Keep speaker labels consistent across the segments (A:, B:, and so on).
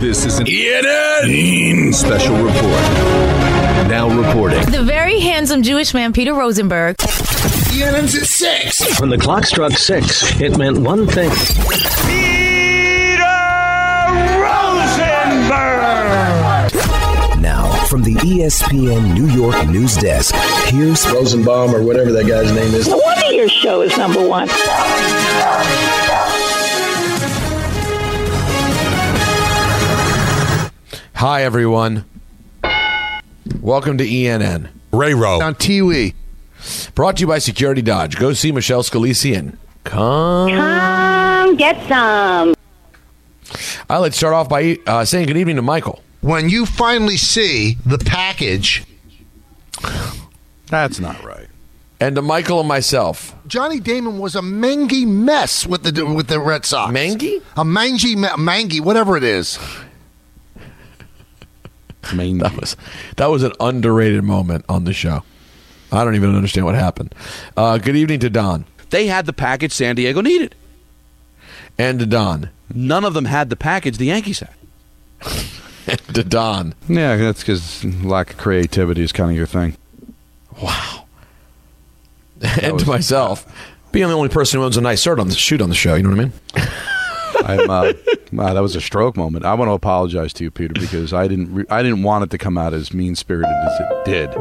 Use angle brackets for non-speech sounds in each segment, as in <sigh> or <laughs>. A: This is an ENN special report. Now reporting.
B: The very handsome Jewish man, Peter Rosenberg.
A: ENN's at 6.
C: When the clock struck six, it meant one thing.
A: Now, from the E ESPN New York news desk, here's Rosenbaum or whatever that guy's name is.
D: No wonder your show is number one.
E: Hi, everyone. Welcome to ENN
F: Ray Rowe.
E: on TV. Brought to you by Security Dodge. Go see Michelle Scalisi and come.
D: Come get some.
E: Uh, let's start off by uh, saying good evening to Michael.
G: when you finally see the package,
F: That's not right.
E: And to Michael and myself.
G: Johnny Damon was a mangy mess with the with the Red
E: Ah,
G: Sox.
E: Mangy?
G: A mangy, ma- mangy, whatever it is.
E: That was, that was an underrated moment on the show. I don't even understand what happened. Uh, good evening to Don.
H: They had the package San Diego needed.
E: And to Don. <laughs>
H: None of them had the package the Yankees had.
E: And to Don.
F: Yeah, that's because lack of creativity is kind of your thing.
E: and to myself. Being the only person who owns a nice shirt on the shoot on the show, you know what I mean?
F: I'm, uh, wow, that was a stroke moment. I want to apologize to you, Peter, because I didn't re- I didn't want it to come out as mean spirited as it did.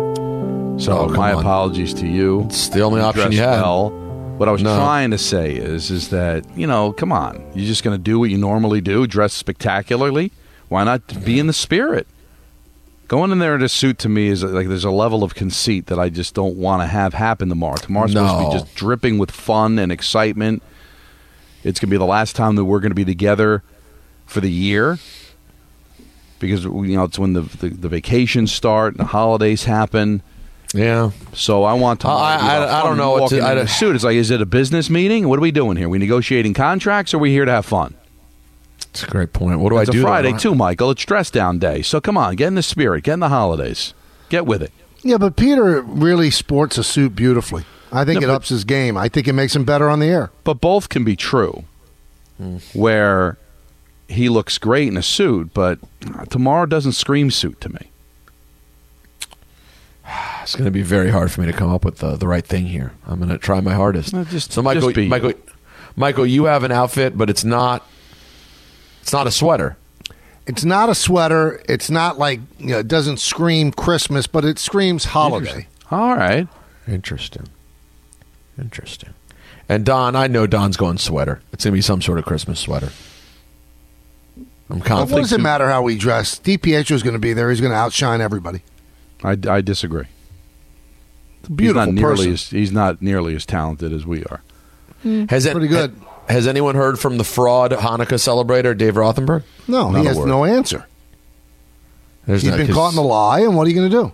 F: So
E: Oh, come
F: my
E: on.
F: apologies to you.
E: It's the only option
F: dressed
E: you had.
F: Well. What I was
E: No.
F: trying to say is, is that you know, come on, you're just going to do what you normally do, dress spectacularly. Why not be in the spirit? Going in there in a suit to me is like there's a level of conceit that I just don't want to have happen tomorrow. Tomorrow's supposed to
E: No.
F: be just dripping with fun and excitement. It's going to be the last time that we're going to be together for the year because you know it's when the the, the vacations start and the holidays happen.
E: Yeah.
F: So I want to.
E: I- I- I don't know what
F: Walking
E: to- I
F: in
E: don't-
F: a suit. It's like, is it a business meeting? What are we doing here? We negotiating contracts? Or are we here to have fun?
E: It's a great point. What do
F: it's
E: I do?
F: a
E: though?
F: Friday too, Michael. It's dress down day. So come on, get in the spirit, get in the holidays, get with it.
G: Yeah, but Peter really sports a suit beautifully. I think
F: No,
G: it
F: but-
G: ups his game. I think it makes him better on the air.
F: But both can be true, where he looks great in a suit, but tomorrow doesn't scream suit to me.
E: It's going to be very hard for me to come up with the, the right thing here. I'm going to try my hardest.
F: No, just-
E: so, Michael,
F: just be-
E: Michael, Michael, you have an outfit, but it's not. It's not a sweater.
G: It's not a sweater. It's not like you know, it doesn't scream Christmas, but it screams holiday.
F: All right,
E: Interesting. Interesting. And Don, I know Don's going sweater. It's going to be some sort of Christmas sweater. I'm
G: But what
E: confident.
G: does it matter how we dress? DiPietro's going to be there. He's going to outshine everybody.
F: I, I disagree.
G: Beautiful
F: he's not nearly
G: person.
F: as he's not nearly as talented as we are.
E: Has it,
G: Pretty
F: <laughs>
G: good.
E: Has anyone heard from the fraud Hanukkah celebrator Dave Rothenberg?
G: no,
F: Not
G: he
F: a
G: has
F: word.
G: no answer.
E: There's
G: He's
E: not-
G: been
E: 'cause
G: caught in the lie, and what are you going to do?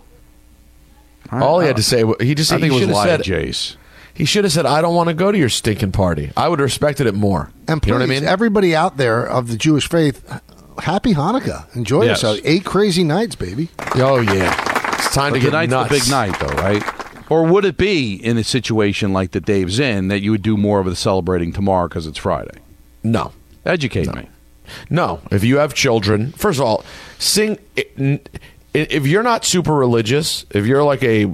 E: All he had to say, wa- he just
F: I think
E: he
F: it
E: should
F: was
E: have
F: Lyle
E: said,
F: Jace.
E: He should have said, "I don't want to go to your stinking party." I would have respected it more.
G: And please,
E: you know what I mean?
G: everybody out there of the Jewish faith, happy Hanukkah. Enjoy
F: Yes.
G: yourself. Eight crazy nights, baby.
E: oh yeah, it's time to
F: But
E: get
F: tonight's
E: nuts.
F: the big night, though, right? Or would it be in a situation like that Dave's in that you would do more of the celebrating tomorrow because it's Friday?
E: No,
F: Educate me.
E: no. If you have children, first of all, sing. i- If you're not super religious, if you're like a uh,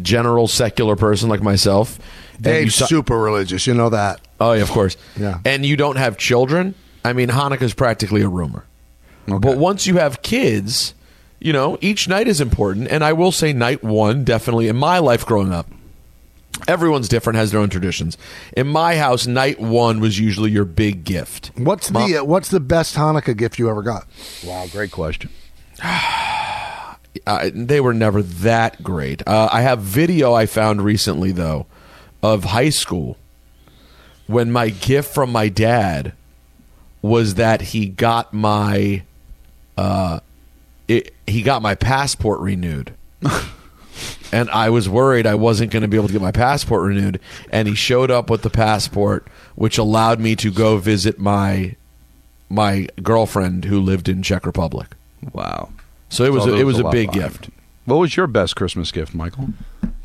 E: general secular person like myself, and you
G: Dave's
E: si-
G: super religious. You know that.
E: Oh yeah, of course.
G: Yeah.
E: And you don't have children. I mean, Hanukkah's practically a rumor. But once you have kids, you know each night is important. And I will say, night one definitely in my life growing up, everyone's different, has their own traditions. In my house, night one was usually your big gift.
G: What's the uh, What's the best Hanukkah gift you ever got?
F: Wow, great question.
E: Uh, they were never that great. Uh, I have video I found recently though of high school when my gift from my dad was that he got my uh, it, he got my passport <laughs> renewed. and I was worried I wasn't going to be able to get my passport renewed. And he showed up with the passport, which allowed me to go visit my my girlfriend who lived in Czech Republic.
F: Wow.
E: So it was
F: So
E: a,
F: there
E: it was a
F: lot
E: big
F: behind.
E: gift.
F: What was your best Christmas gift, Michael?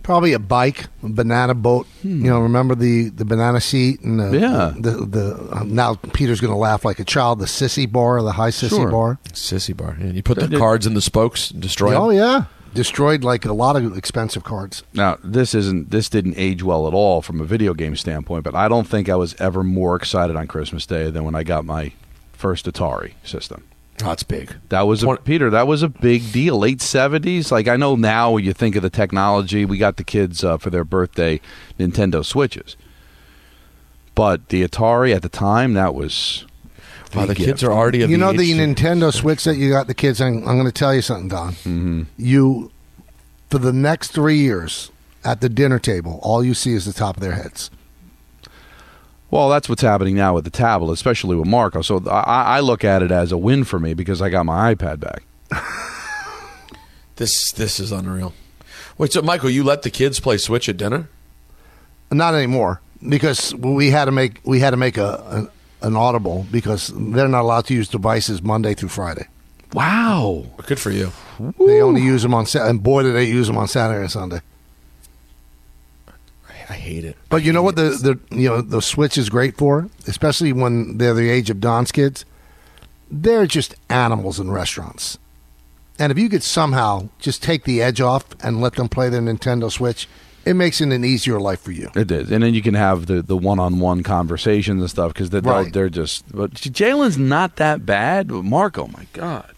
G: Probably a bike, a banana boat. You know, remember the, the banana seat and the,
F: Yeah.
G: the, the, um, now Peter's going to laugh like a child. The sissy bar, the high sissy
F: Sure.
G: bar.
E: Sissy bar. Yeah, you put the cards in the spokes and destroy
G: Oh
E: them.
G: yeah, destroyed like a lot of expensive cards.
F: Now, this isn't this didn't age well at all from a video game standpoint, but I don't think I was ever more excited on Christmas Day than when I got my first Atari system.
E: Oh, it's big.
F: That was a,
E: Twen-
F: Peter. That was a big deal. Late seventies. Like I know now, when you think of the technology, we got the kids uh, for their birthday Nintendo Switches, but the Atari at the time that was.
E: Wow, the
F: gift.
E: kids are already of
G: you know
E: age
G: the
E: to-
G: Nintendo Switch that you got the kids. I'm, I'm going to tell you something, Don. Mm-hmm. You, for the next three years at the dinner table, all you see is the top of their heads.
F: Well, that's what's happening now with the tablet, especially with Marco. So I- I, I look at it as a win for me because I got my iPad back.
E: This this is unreal. Wait, so Michael, you let the kids play Switch at dinner?
G: Not anymore because we had to make we had to make a, a an audible because they're not allowed to use devices Monday through Friday.
F: Wow.
E: Good for you.
G: They only use them on Sa- and boy do they use them on Saturday and Sunday.
E: I hate it.
G: But you know what the, the you know the Switch is great for, especially when they're the age of Don's kids. They're just animals in restaurants, and if you could somehow just take the edge off and let them play their Nintendo Switch, it makes it an easier life for you.
F: It is, and then you can have the the one on one conversations and stuff because they're
G: Right.
F: they're just. But Jalen's not that bad. But Marco, my God.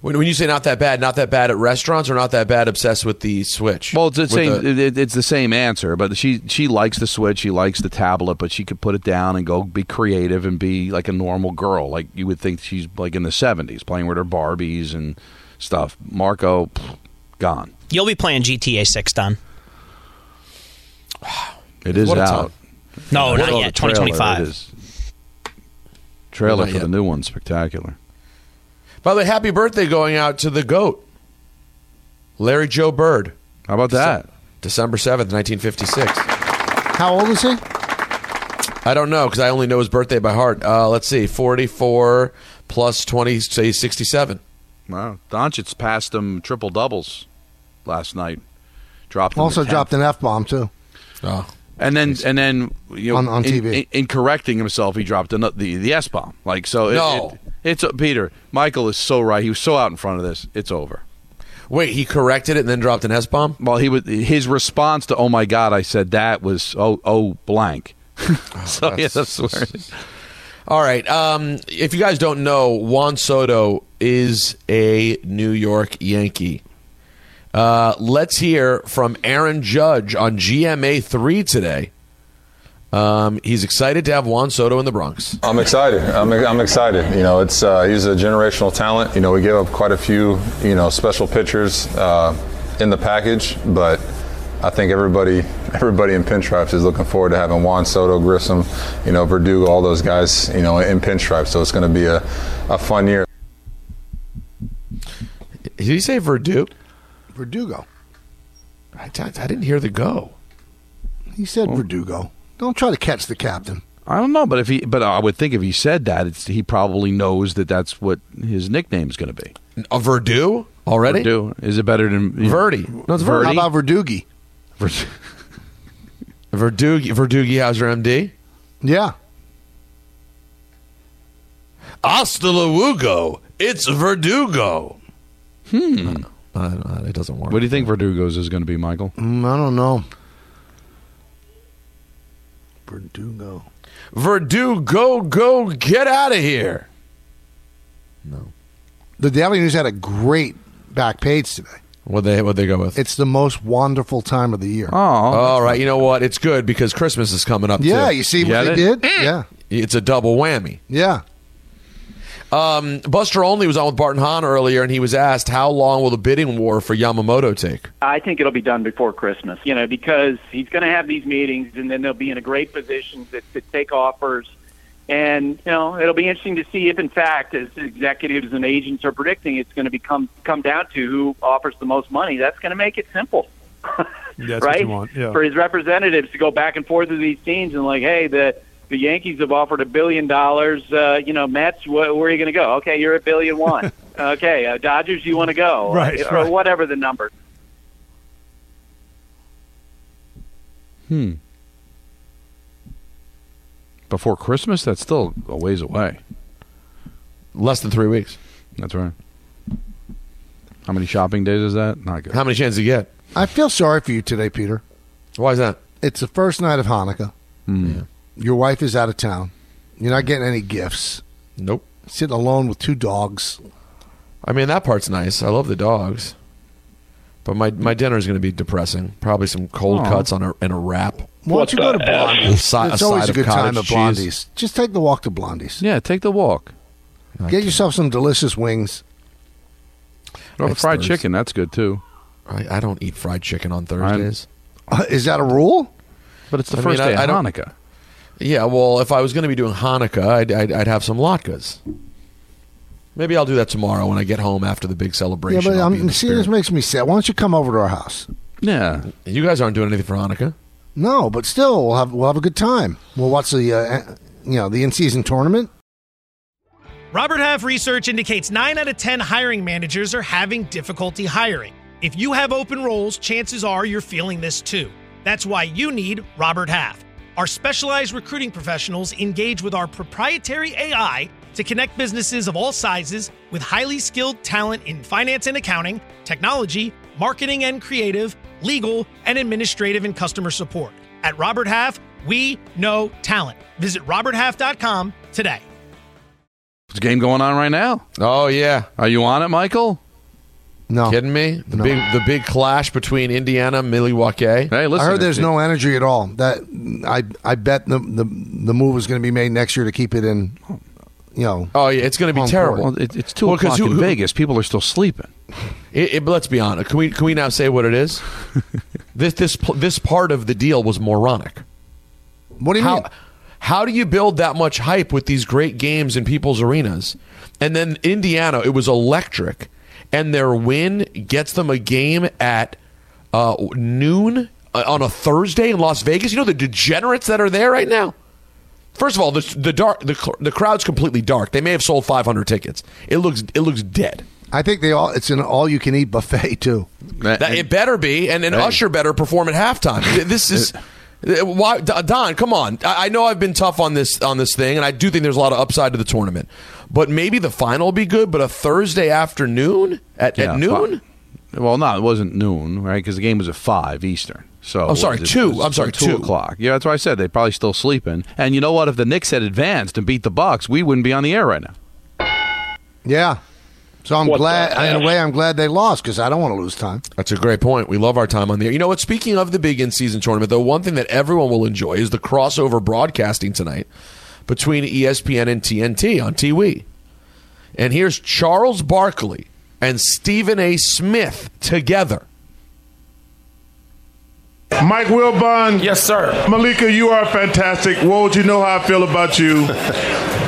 E: When, when you say not that bad, not that bad at restaurants or not that bad obsessed with the Switch?
F: Well, it's the
E: With
F: same.
E: the-
F: it- it- it's the same answer, but she she likes the Switch, she likes the tablet, but she could put it down and go be creative and be like a normal girl, like you would think she's like in the seventies, playing with her Barbies and stuff. Marco, pff, gone.
I: You'll be playing GTA 6, Don.
F: It is
E: What a
F: out.
E: time.
I: No,
F: I
I: not
F: saw
I: yet.
F: the trailer. It
I: 2025.
F: is- Trailer
E: Not
F: for the
E: yet.
F: new one, spectacular.
E: By the way, happy birthday going out to the GOAT, Larry Joe Bird,
F: How about that?
E: December 7th, 1956.
G: How old is he?
E: I don't know because I only know his birthday by heart. Uh, let's see, 44 plus 20, say 67.
F: Wow, Doncic passed him triple doubles last night. Dropped him
G: Also
F: to 10th.
G: dropped an f bomb too.
E: Oh.
F: And then, and then, you know,
G: On- on
F: in,
G: TV.
F: In, in correcting himself, he dropped ano- the the S bomb. Like so, it,
E: No.
F: it- it's uh, Peter. Michael is so right. He was so out in front of this. It's over.
E: Wait, he corrected it and then dropped an S bomb?
F: Well, he was his response to "Oh my God," I said that was oh oh blank. <laughs>
G: Oh,
F: so yeah, that's where it-
E: All right. Um, if you guys don't know, Juan Soto is a New York Yankee. Uh, let's hear from Aaron Judge on GMA three today. Um, he's excited to have Juan Soto in the Bronx.
J: <laughs> I'm excited. I'm, I'm excited. You know, it's uh, he's a generational talent. You know, we gave up quite a few, you know, special pitchers uh, in the package, but I think everybody everybody in Pinstripes is looking forward to having Juan Soto, Grissom, you know, Verdugo, all those guys, you know, in Pinstripes. So it's going to be a, a fun year.
E: Did he say Verdugo?
G: Verdugo.
E: I, I I didn't hear the go.
G: He said Verdugo. Don't try to catch the captain.
F: I don't know, but if he, but I would think if he said that, it's he probably knows that that's what his nickname's going to be.
E: A Verdu Uh, already?
F: Verdu. Is it better than
E: Verdi. No, it's
F: Verdi.
G: How about Verdugi?
F: Verdi.
E: Verdugi Verdugi Hauser MD.
G: Yeah.
E: Hasta luego. It's Verdugo. Hmm. I don't know. It doesn't work.
F: What do you think Verdugo's is going to be, Michael?
G: Mm, I don't know. Verdugo.
E: Verdugo, go get out of here.
G: The Daily News had a great back page today.
E: What they what they go with?
G: It's the most wonderful time of the year.
F: Oh,
E: All right, you know what? It's good because Christmas is coming up.
G: yeah, Mm.
E: too.
G: you see
F: You
G: what
F: got
G: they
F: it?
G: did? Yeah,
E: it's a double whammy.
G: yeah.
E: Um, Buster Only was on with Barton Hahn earlier, and he was asked how long will the bidding war for Yamamoto take?
D: I think it'll be done before Christmas, you know, because he's going to have these meetings and then they'll be in a great position to, to take offers And you know, it'll be interesting to see if, in fact, as executives and agents are predicting, it's going to become come down to who offers the most money. That's going to make it simple,
K: <laughs> That's
D: right?
K: what you want. Yeah.
D: For his representatives to go back and forth with these teams and like, hey, the the Yankees have offered a billion dollars. Uh, you know, Mets, wh- where are you going to go? Okay, you're a
K: <laughs>
D: billion one. okay, uh, Dodgers, you want to go?
K: Right,
D: Or
K: right.
D: whatever the number.
F: Hmm. Before Christmas, that's still a ways away.
E: Less than three weeks.
F: That's right. How many shopping days is that? Not good.
E: How many chances you get?
G: I feel sorry for you today, Peter.
E: Why is that?
G: It's the first night of Hanukkah.
F: Hmm.
G: Your wife is out of town. You're not getting any gifts.
E: Nope.
G: Sitting alone with two dogs.
E: I mean, that part's nice. I love the dogs, but my my dinner is going to be depressing. Probably some cold
G: Aw.
E: cuts on a and a wrap.
G: Why don't you go to Blondie's?
E: Si- a
G: it's
E: side
G: always a
E: of
G: good time at
E: cottage
G: Blondie's.
E: cheese.
G: Just take the walk to Blondie's.
F: Yeah, take the walk.
G: Get yourself some delicious wings.
F: Or
E: It's
F: fried
E: Thursday.
F: chicken, that's good too.
E: I, I don't eat fried chicken on Thursdays.
G: Uh, is that a rule?
F: But it's the
E: I
F: first
E: mean, I-
F: day
E: I
F: of
E: don't-
F: Hanukkah.
E: Yeah, well, if I was going to be doing Hanukkah, I'd, I'd, I'd have some latkes. Maybe I'll do that tomorrow when I get home after the big
G: Yeah,
E: celebration.
G: but
E: I'll be in
G: I'm,
E: the
G: see, this
E: spirit.
G: makes me sad. Why don't you come over to our house?
F: Yeah.
E: you guys aren't doing anything for Hanukkah.
G: No, but still, we'll have we'll have a good time. We'll watch the uh, uh, you know the in season tournament.
K: Robert Half research indicates 9 out of 10 hiring managers are having difficulty hiring. If you have open roles, chances are you're feeling this too. That's why you need Robert Half. Our specialized recruiting professionals engage with our proprietary AI to connect businesses of all sizes with highly skilled talent in finance and accounting, technology, marketing and creative, legal, and administrative and customer support. At Robert Half, we know talent. Visit roberthalf.com today.
F: There's a game going on right now.
E: Oh yeah,
F: Are you on it, Michael?
G: No,
E: kidding me? The
G: No.
E: big the big clash between Indiana and Milwaukee.
F: Hey,
G: I
F: listen.
G: heard there's
F: it-
G: no energy at all. That I I bet the the, the move is going to be made next year to keep it in. You know,
E: Oh yeah, it's going to be
G: Home
E: terrible.
F: Well, it, it's two
E: Well, 'cause
F: o'clock
E: who-
F: in
E: who-
F: Vegas. People are still sleeping.
E: It, it, but let's be honest. Can we can we now say what it
G: <laughs>
E: is? this this pl- this part of the deal was moronic.
G: what do you mean?
E: How how do you build that much hype with these great games in people's arenas? And then Indiana, it was electric, and their win gets them a game at uh, noon uh, on a Thursday in Las Vegas. You know the degenerates that are there right now. First of all, the the dark the, cl- the crowd's completely dark. They may have sold 500 tickets. It looks it looks dead.
G: I think they all it's an all you can eat buffet too.
E: That, it better be, and, and Usher better perform at halftime. Th- This <laughs> is why D- Don. Come on, I, I know I've been tough on this on this thing, and I do think there's a lot of upside to the tournament. But maybe the final will be good. But a Thursday afternoon at,
F: Yeah,
E: at noon.
F: fi- Well, no, it wasn't noon, right? Because the game was at five Eastern. So
E: Oh, sorry,
F: it was-
E: two.
F: it was
E: I'm sorry,
F: two,
E: two.
F: o'clock. Yeah, that's why I said they're probably still sleeping. And you know what? If the Knicks had advanced and beat the Bucks, we wouldn't be on the air right now.
G: Yeah. So I'm
D: What
G: glad.
D: the
G: in a
D: heck?
G: way, I'm glad they lost because I don't want to lose time.
E: That's a great point. We love our time on the air. You know what? Speaking of the big in season tournament, though, one thing that everyone will enjoy is the crossover broadcasting tonight between E ESPN and TNT on TV. And here's Charles Barkley and Stephen A. Smith together.
L: Mike Wilbon.
M: Yes, sir.
L: Malika, you are fantastic. Woj, you know how I feel about
M: <laughs>
L: you.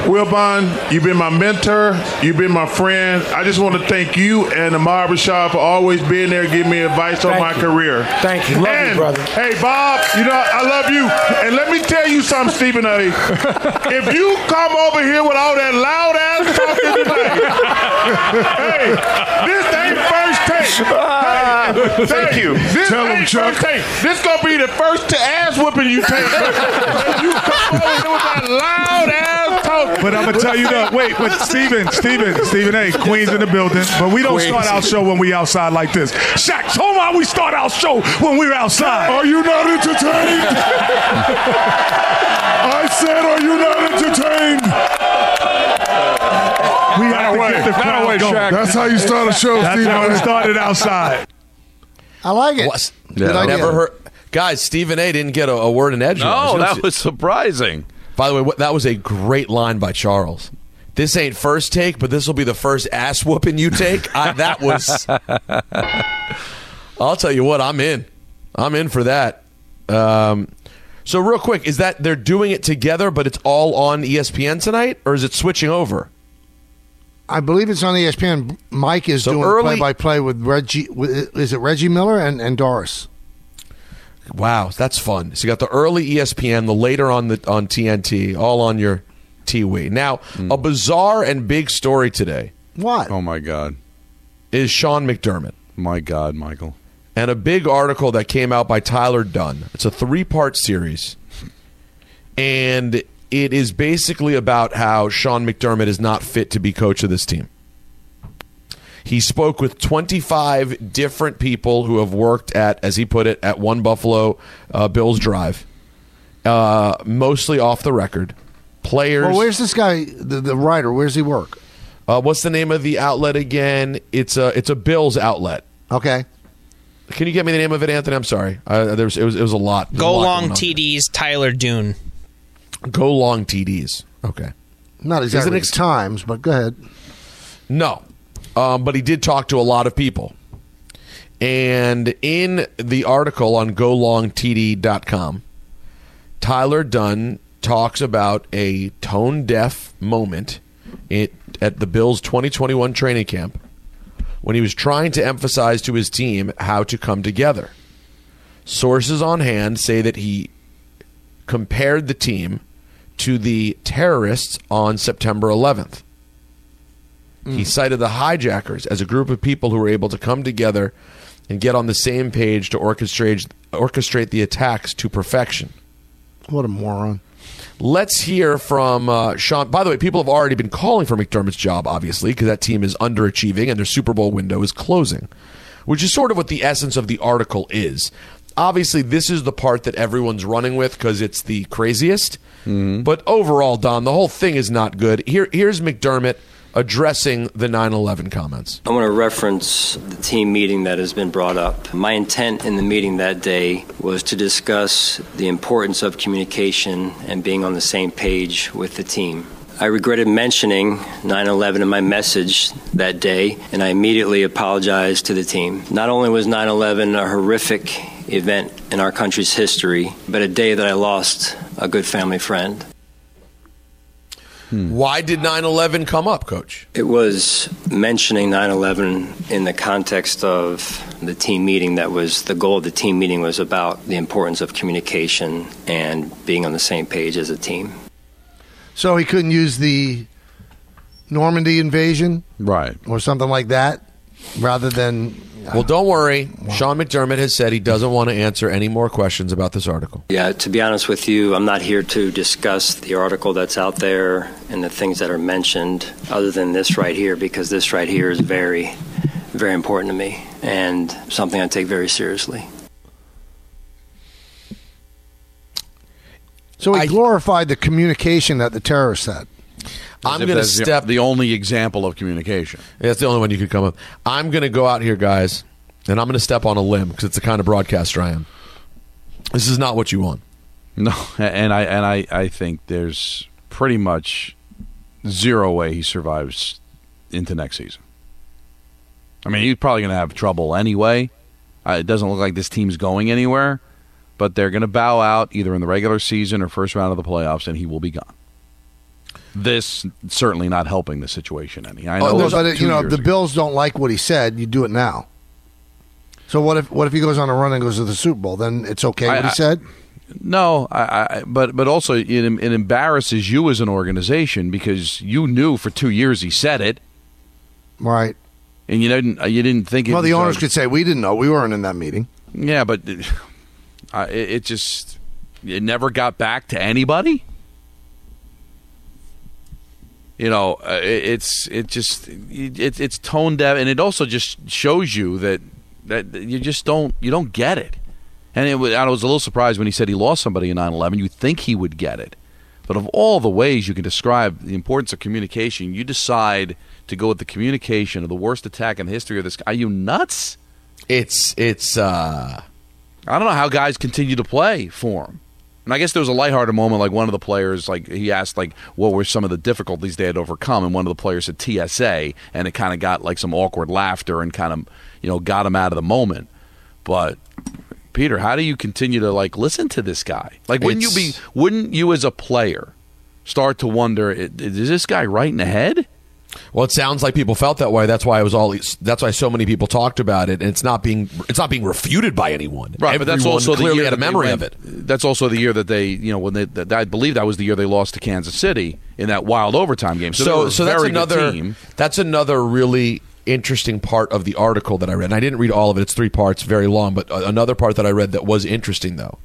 L: Wilbon, you've been my mentor. You've been my friend. I just want to thank you and Amar Rashad for always being there, giving me advice on
M: Thank
L: my
M: you.
L: career.
M: Thank you. Love you,
L: and,
M: brother.
L: Hey, Bob, you know, I love you. And let me tell you something, Stephen A. if you come over here with all that loud ass talking today, hey, this ain't first take. <laughs> Hey,
M: Thank
L: hey,
M: you.
L: This
M: Tell
L: ain't
M: 'em, Chuck.
L: first take. This gonna be the first to ass whooping you <laughs> take. If you come over here with that loud ass talking.
M: But I'm gonna tell you though. Wait, but Steven, Steven, Steven A. Queens in the building. But we don't start our show when we outside like this. Shaq, show 'em how we start our show when we're outside.
L: Are you not entertained?
M: <laughs>
L: I said, are you not entertained?
M: We have to
L: away.
M: get the
L: Not
M: crowd
L: away,
M: going.
L: Shaq. That's how you start a show,
M: That's
L: Stephen
M: how
L: A.
M: we started
F: <laughs>
M: outside.
G: I like it.
E: What?
G: Good
E: I
G: idea.
E: never heard. Guys, Stephen A. didn't get a, a word in edgewise.
F: No, Oh, that was surprising.
E: By the way, what, that was a great line by Charles. This ain't first take, but this will be the first ass whooping you take. I, that was. <laughs> I'll tell you what, I'm in. I'm in for that. Um, So real quick, is that they're doing it together, but it's all on E ESPN tonight, or is it switching over?
G: I believe it's on E ESPN. Mike is doing
E: early-
G: play-by-play with Reggie. With, is it Reggie Miller and, and Doris?
E: Wow, that's fun. So you got the early E ESPN, the later on the on TNT, all on your TV. Now, a bizarre and big story today.
G: What?
E: Oh my god. Is Sean McDermott. My god, Michael. And a big article that came out by Tyler Dunn. It's a three-part series. And it is basically about how Sean McDermott is not fit to be coach of this team. He spoke with 25 different people who have worked at, as he put it, at One Buffalo uh, Bills Drive, uh, mostly off the record. Players.
G: Well, where's this guy, the, the writer? Where's he work?
E: Uh, what's the name of the outlet again? It's a it's a Bills outlet.
G: Okay.
E: Can you get me the name of it, Anthony? I'm sorry. Uh, there was, it was it was a lot. There's a
N: Go
E: lot
N: long
E: going on.
N: TDs, Tyler Dune.
E: Go long TDs. Okay.
G: Not
E: Is it
G: exactly
E: ex-
G: times, but go ahead.
E: No, um, but he did talk to a lot of people. And in the article on golongtd.com, Tyler Dunn talks about a tone deaf moment it, at the Bills 2021 training camp when he was trying to emphasize to his team how to come together. Sources on hand say that he compared the team to the terrorists on September 11th. He cited the hijackers as a group of people who were able to come together and get on the same page to orchestrate orchestrate the attacks to perfection.
G: What a moron.
E: Let's hear from uh, Sean. By the way, people have already been calling for McDermott's job, obviously, because that team is underachieving and their Super Bowl window is closing, which is sort of what the essence of the article is. Obviously, this is the part that everyone's running with because it's the craziest. But overall, Don, the whole thing is not good. Here, here's McDermott addressing the 9 11 comments.
F: I want to reference the team meeting that has been brought up. My intent in the meeting that day was to discuss the importance of communication and being on the same page with the team. I regretted mentioning 9 11 in my message that day, and I immediately apologized to the team. Not only was 9 11 a horrific event in our country's history, but a day that I lost a good family friend.
E: Why did 9 11 come up, coach?
F: It was mentioning 9 11 in the context of the team meeting that was the goal of the team meeting was about the importance of communication and being on the same page as a team.
G: So he couldn't use the Normandy invasion,
K: right,
G: or something like that, rather than
E: Well, don't worry. Sean McDermott has said he doesn't want to answer any more questions about this article.
F: Yeah, to be honest with you, I'm not here to discuss the article that's out there and the things that are mentioned other than this right here because this right here is very, very important to me and something I take very seriously.
G: So he glorified the communication that the terrorists had.
E: I'm
K: if
E: going to
K: that's the-
E: step.
K: The only example of communication.
E: Yeah, that's the only one you could come up. I'm going to go out here, guys, and I'm going to step on a limb because it's the kind of broadcaster I am. This is not what you want.
K: <laughs> No, and I and I, I think there's pretty much zero way he survives into next season. I mean, he's probably going to have trouble anyway. Uh, it doesn't look like this team's going anywhere, but they're going to bow out either in the regular season or first round of the playoffs, and he will be gone. This certainly not helping the situation any. I know
G: Oh,
K: it was
G: but it-
K: two
G: you know, if
K: years
G: the Bills don't like what he said, you do it now. So what if what if he goes on a run and goes to the Super Bowl? Then it's okay
K: I-
G: what he
K: I-
G: said.
K: No, I, I, but but also it, it embarrasses you as an organization because you knew for two years he said it,
G: right?
K: And you didn't uh, you didn't think it.
G: Well, the
K: was,
G: owners
K: uh,
G: could say we didn't know. We weren't in that meeting.
K: Yeah, but <sighs> it, I- it it just it never got back to anybody. You know, uh, it, it's it just it, it's tone deaf, and it also just shows you that that you just don't you don't get it. And it was, I was a little surprised when he said he lost somebody in 9/11. You think he would get it, but of all the ways you can describe the importance of communication, you decide to go with the communication of the worst attack in the history of this. Are you nuts?
E: It's it's. uh
K: I don't know how guys continue to play for him. And I guess there was a lighthearted moment, like one of the players, like he asked, like what were some of the difficulties they had overcome, and one of the players said TSA, and it kind of got like some awkward laughter and kind of, you know, got him out of the moment. But Peter, how do you continue to like listen to this guy? Like, wouldn't you be? Wouldn't you, as a player, start to wonder, i- is this guy right in the head?
E: Well, it sounds like people felt that way. That's why it was all. That's why so many people talked about it, and it's not being. It's not being refuted by anyone.
K: Right, but that's
E: Everyone
K: also the
E: clearly
K: year
E: had a
K: that they
E: memory
K: went-
E: of it.
K: That's also the year that they, you know, when they, that, I believe that was the year they lost to Kansas City in that wild overtime game. So,
E: So,
K: they were a
E: so that's
K: very good
E: another.
K: team.
E: That's another really interesting part of the article that I read. And I didn't read all of it; it's three parts, very long. But uh, another part that I read that was interesting, though,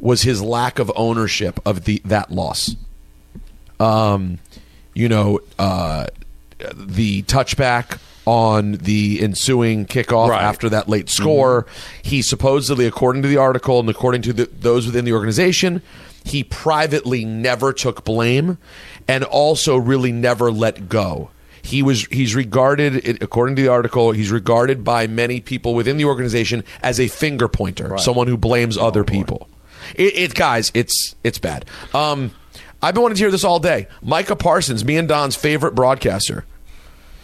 E: was his lack of ownership of the that loss. Um, you know, uh, the touchback on the ensuing kickoff after that late score. He supposedly, according to the article and according to the, those within the organization, he privately never took blame and also really never let go. He was he's regarded it- according to the article he's regarded by many people within the organization as a finger pointer, someone who blames other people. It, it guys, it's it's bad. Um, I've been wanting to hear this all day. Micah Parsons, me and Don's favorite broadcaster.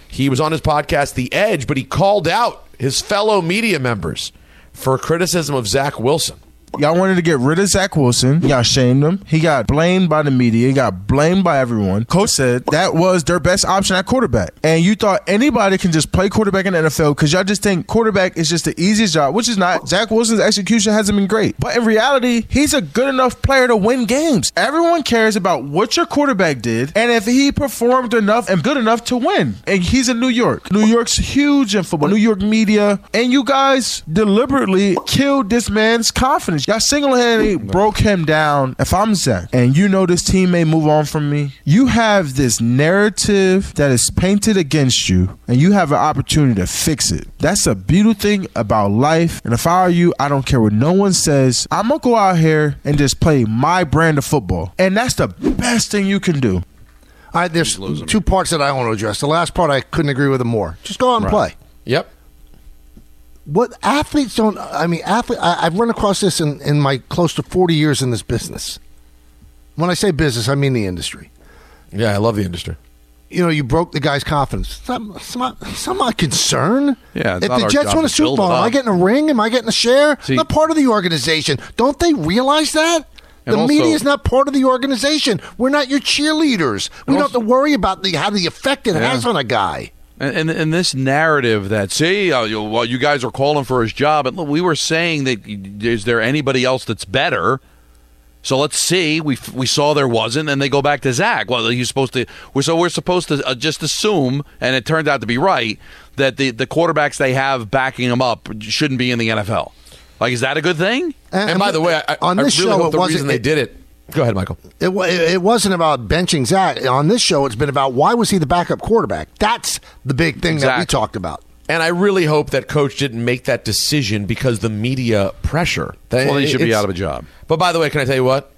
E: He was on his podcast, The Edge, but he called out his fellow media members for criticism of Zach Wilson.
F: Y'all wanted to get rid of Zach Wilson. Y'all shamed him. He got blamed by the media. He got blamed by everyone. Coach said that was their best option at quarterback. And you thought anybody can just play quarterback in the NFL because y'all just think quarterback is just the easiest job, which is not. Zach Wilson's execution hasn't been great. But in reality, he's a good enough player to win games. Everyone cares about what your quarterback did and if he performed enough and good enough to win. And he's in New York. New York's huge in football, New York media. And you guys deliberately killed this man's confidence. Y'all single handedly broke him down. If I'm Zach and you know this team may move on from me, you have this narrative that is painted against you and you have an opportunity to fix it. That's a beautiful thing about life. And if I were you, I don't care what no one says. I'm going to go out here and just play my brand of football. And that's the best thing you can do.
G: I, there's two parts that I want to address. The last part I couldn't agree with him more. Just go out and play.
E: Yep.
G: What athletes don't? I mean, athlete. I, I've run across this in, in my close to 40 years in this business. When I say business, I mean the industry.
E: Yeah, I love the industry.
G: You know, you broke the guy's confidence. It's not, it's not, it's not my concern.
K: Yeah, it's
G: if
K: not
G: the
K: our
G: Jets
K: job
G: win a
K: to
G: Super
K: build
G: Bowl,
K: it
G: am I
K: up.
G: getting a ring? Am I getting a share?
K: See-
G: I'm not part of the organization. Don't they realize that?
K: And
G: The
K: also-
G: media is not part of the organization. We're not your cheerleaders. We don't have to worry about the, how the effect it
K: Yeah.
G: has on a guy.
K: And, and and this narrative that see, uh, you, well, you guys are calling for his job, and look, we were saying that is there anybody else that's better? So let's see. We f- we saw there wasn't, and they go back to Zach. Well, he's supposed to. We're, so we're supposed to uh, just assume, and it turned out to be right that the the quarterbacks they have backing him up shouldn't be in the NFL. Like, is that a good thing?
G: uh,
E: And, by the way, I,
G: on
E: I
G: this
E: really
G: show,
E: hope
G: it
E: the
G: wasn't-
E: reason they
G: it-
E: did it. Go ahead, Michael.
G: It, wa- it it wasn't about benching Zach. On this show, it's been about why was he the backup quarterback? That's the big thing that we
E: Exactly.
G: talked about.
E: And I really hope that coach didn't make that decision because the media pressure. That-
K: Well, he should be
E: it's-
K: out of a job.
E: But by the way, can I tell you what?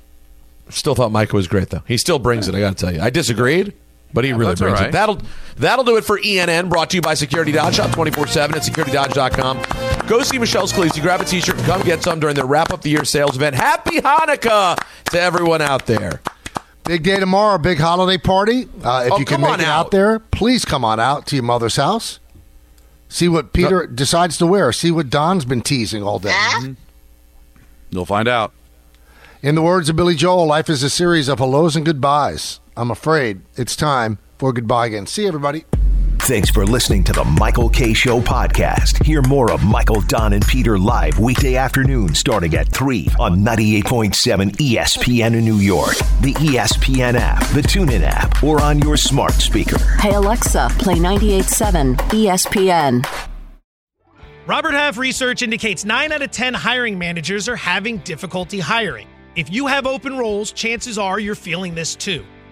E: Still thought Micah was great though. He still brings it. I got to tell you, I disagreed, but he really
K: that's all
E: brings
K: right.
E: it. That'll that'll do it for ENN. Brought to you by Security Dodge. Shop twenty four seven at securitydodge.com. Go see Michelle's Khaleesi. Grab a T-shirt and come get some during their wrap up the year sales event. Happy Hanukkah to everyone out there.
G: Big day tomorrow, big holiday party. Uh, if
E: Oh,
G: you can
E: come
G: make
E: on
G: it out. there, please come on out to your mother's house. See what Peter decides to wear. See what Don's been teasing all day.
K: You'll find out.
G: In the words of Billy Joel, life is a series of hellos and goodbyes. I'm afraid it's time for goodbye again. See you, everybody.
O: Thanks for listening to the Michael K. Show podcast. Hear more of Michael, Don, and Peter live weekday afternoon starting at 3 on 98.7 ESPN in New York, the E ESPN app, the TuneIn app, or on your smart speaker.
P: Hey Alexa, play 98.7 ESPN.
D: Robert Half research indicates 9 out of 10 hiring managers are having difficulty hiring. If you have open roles, chances are you're feeling this too.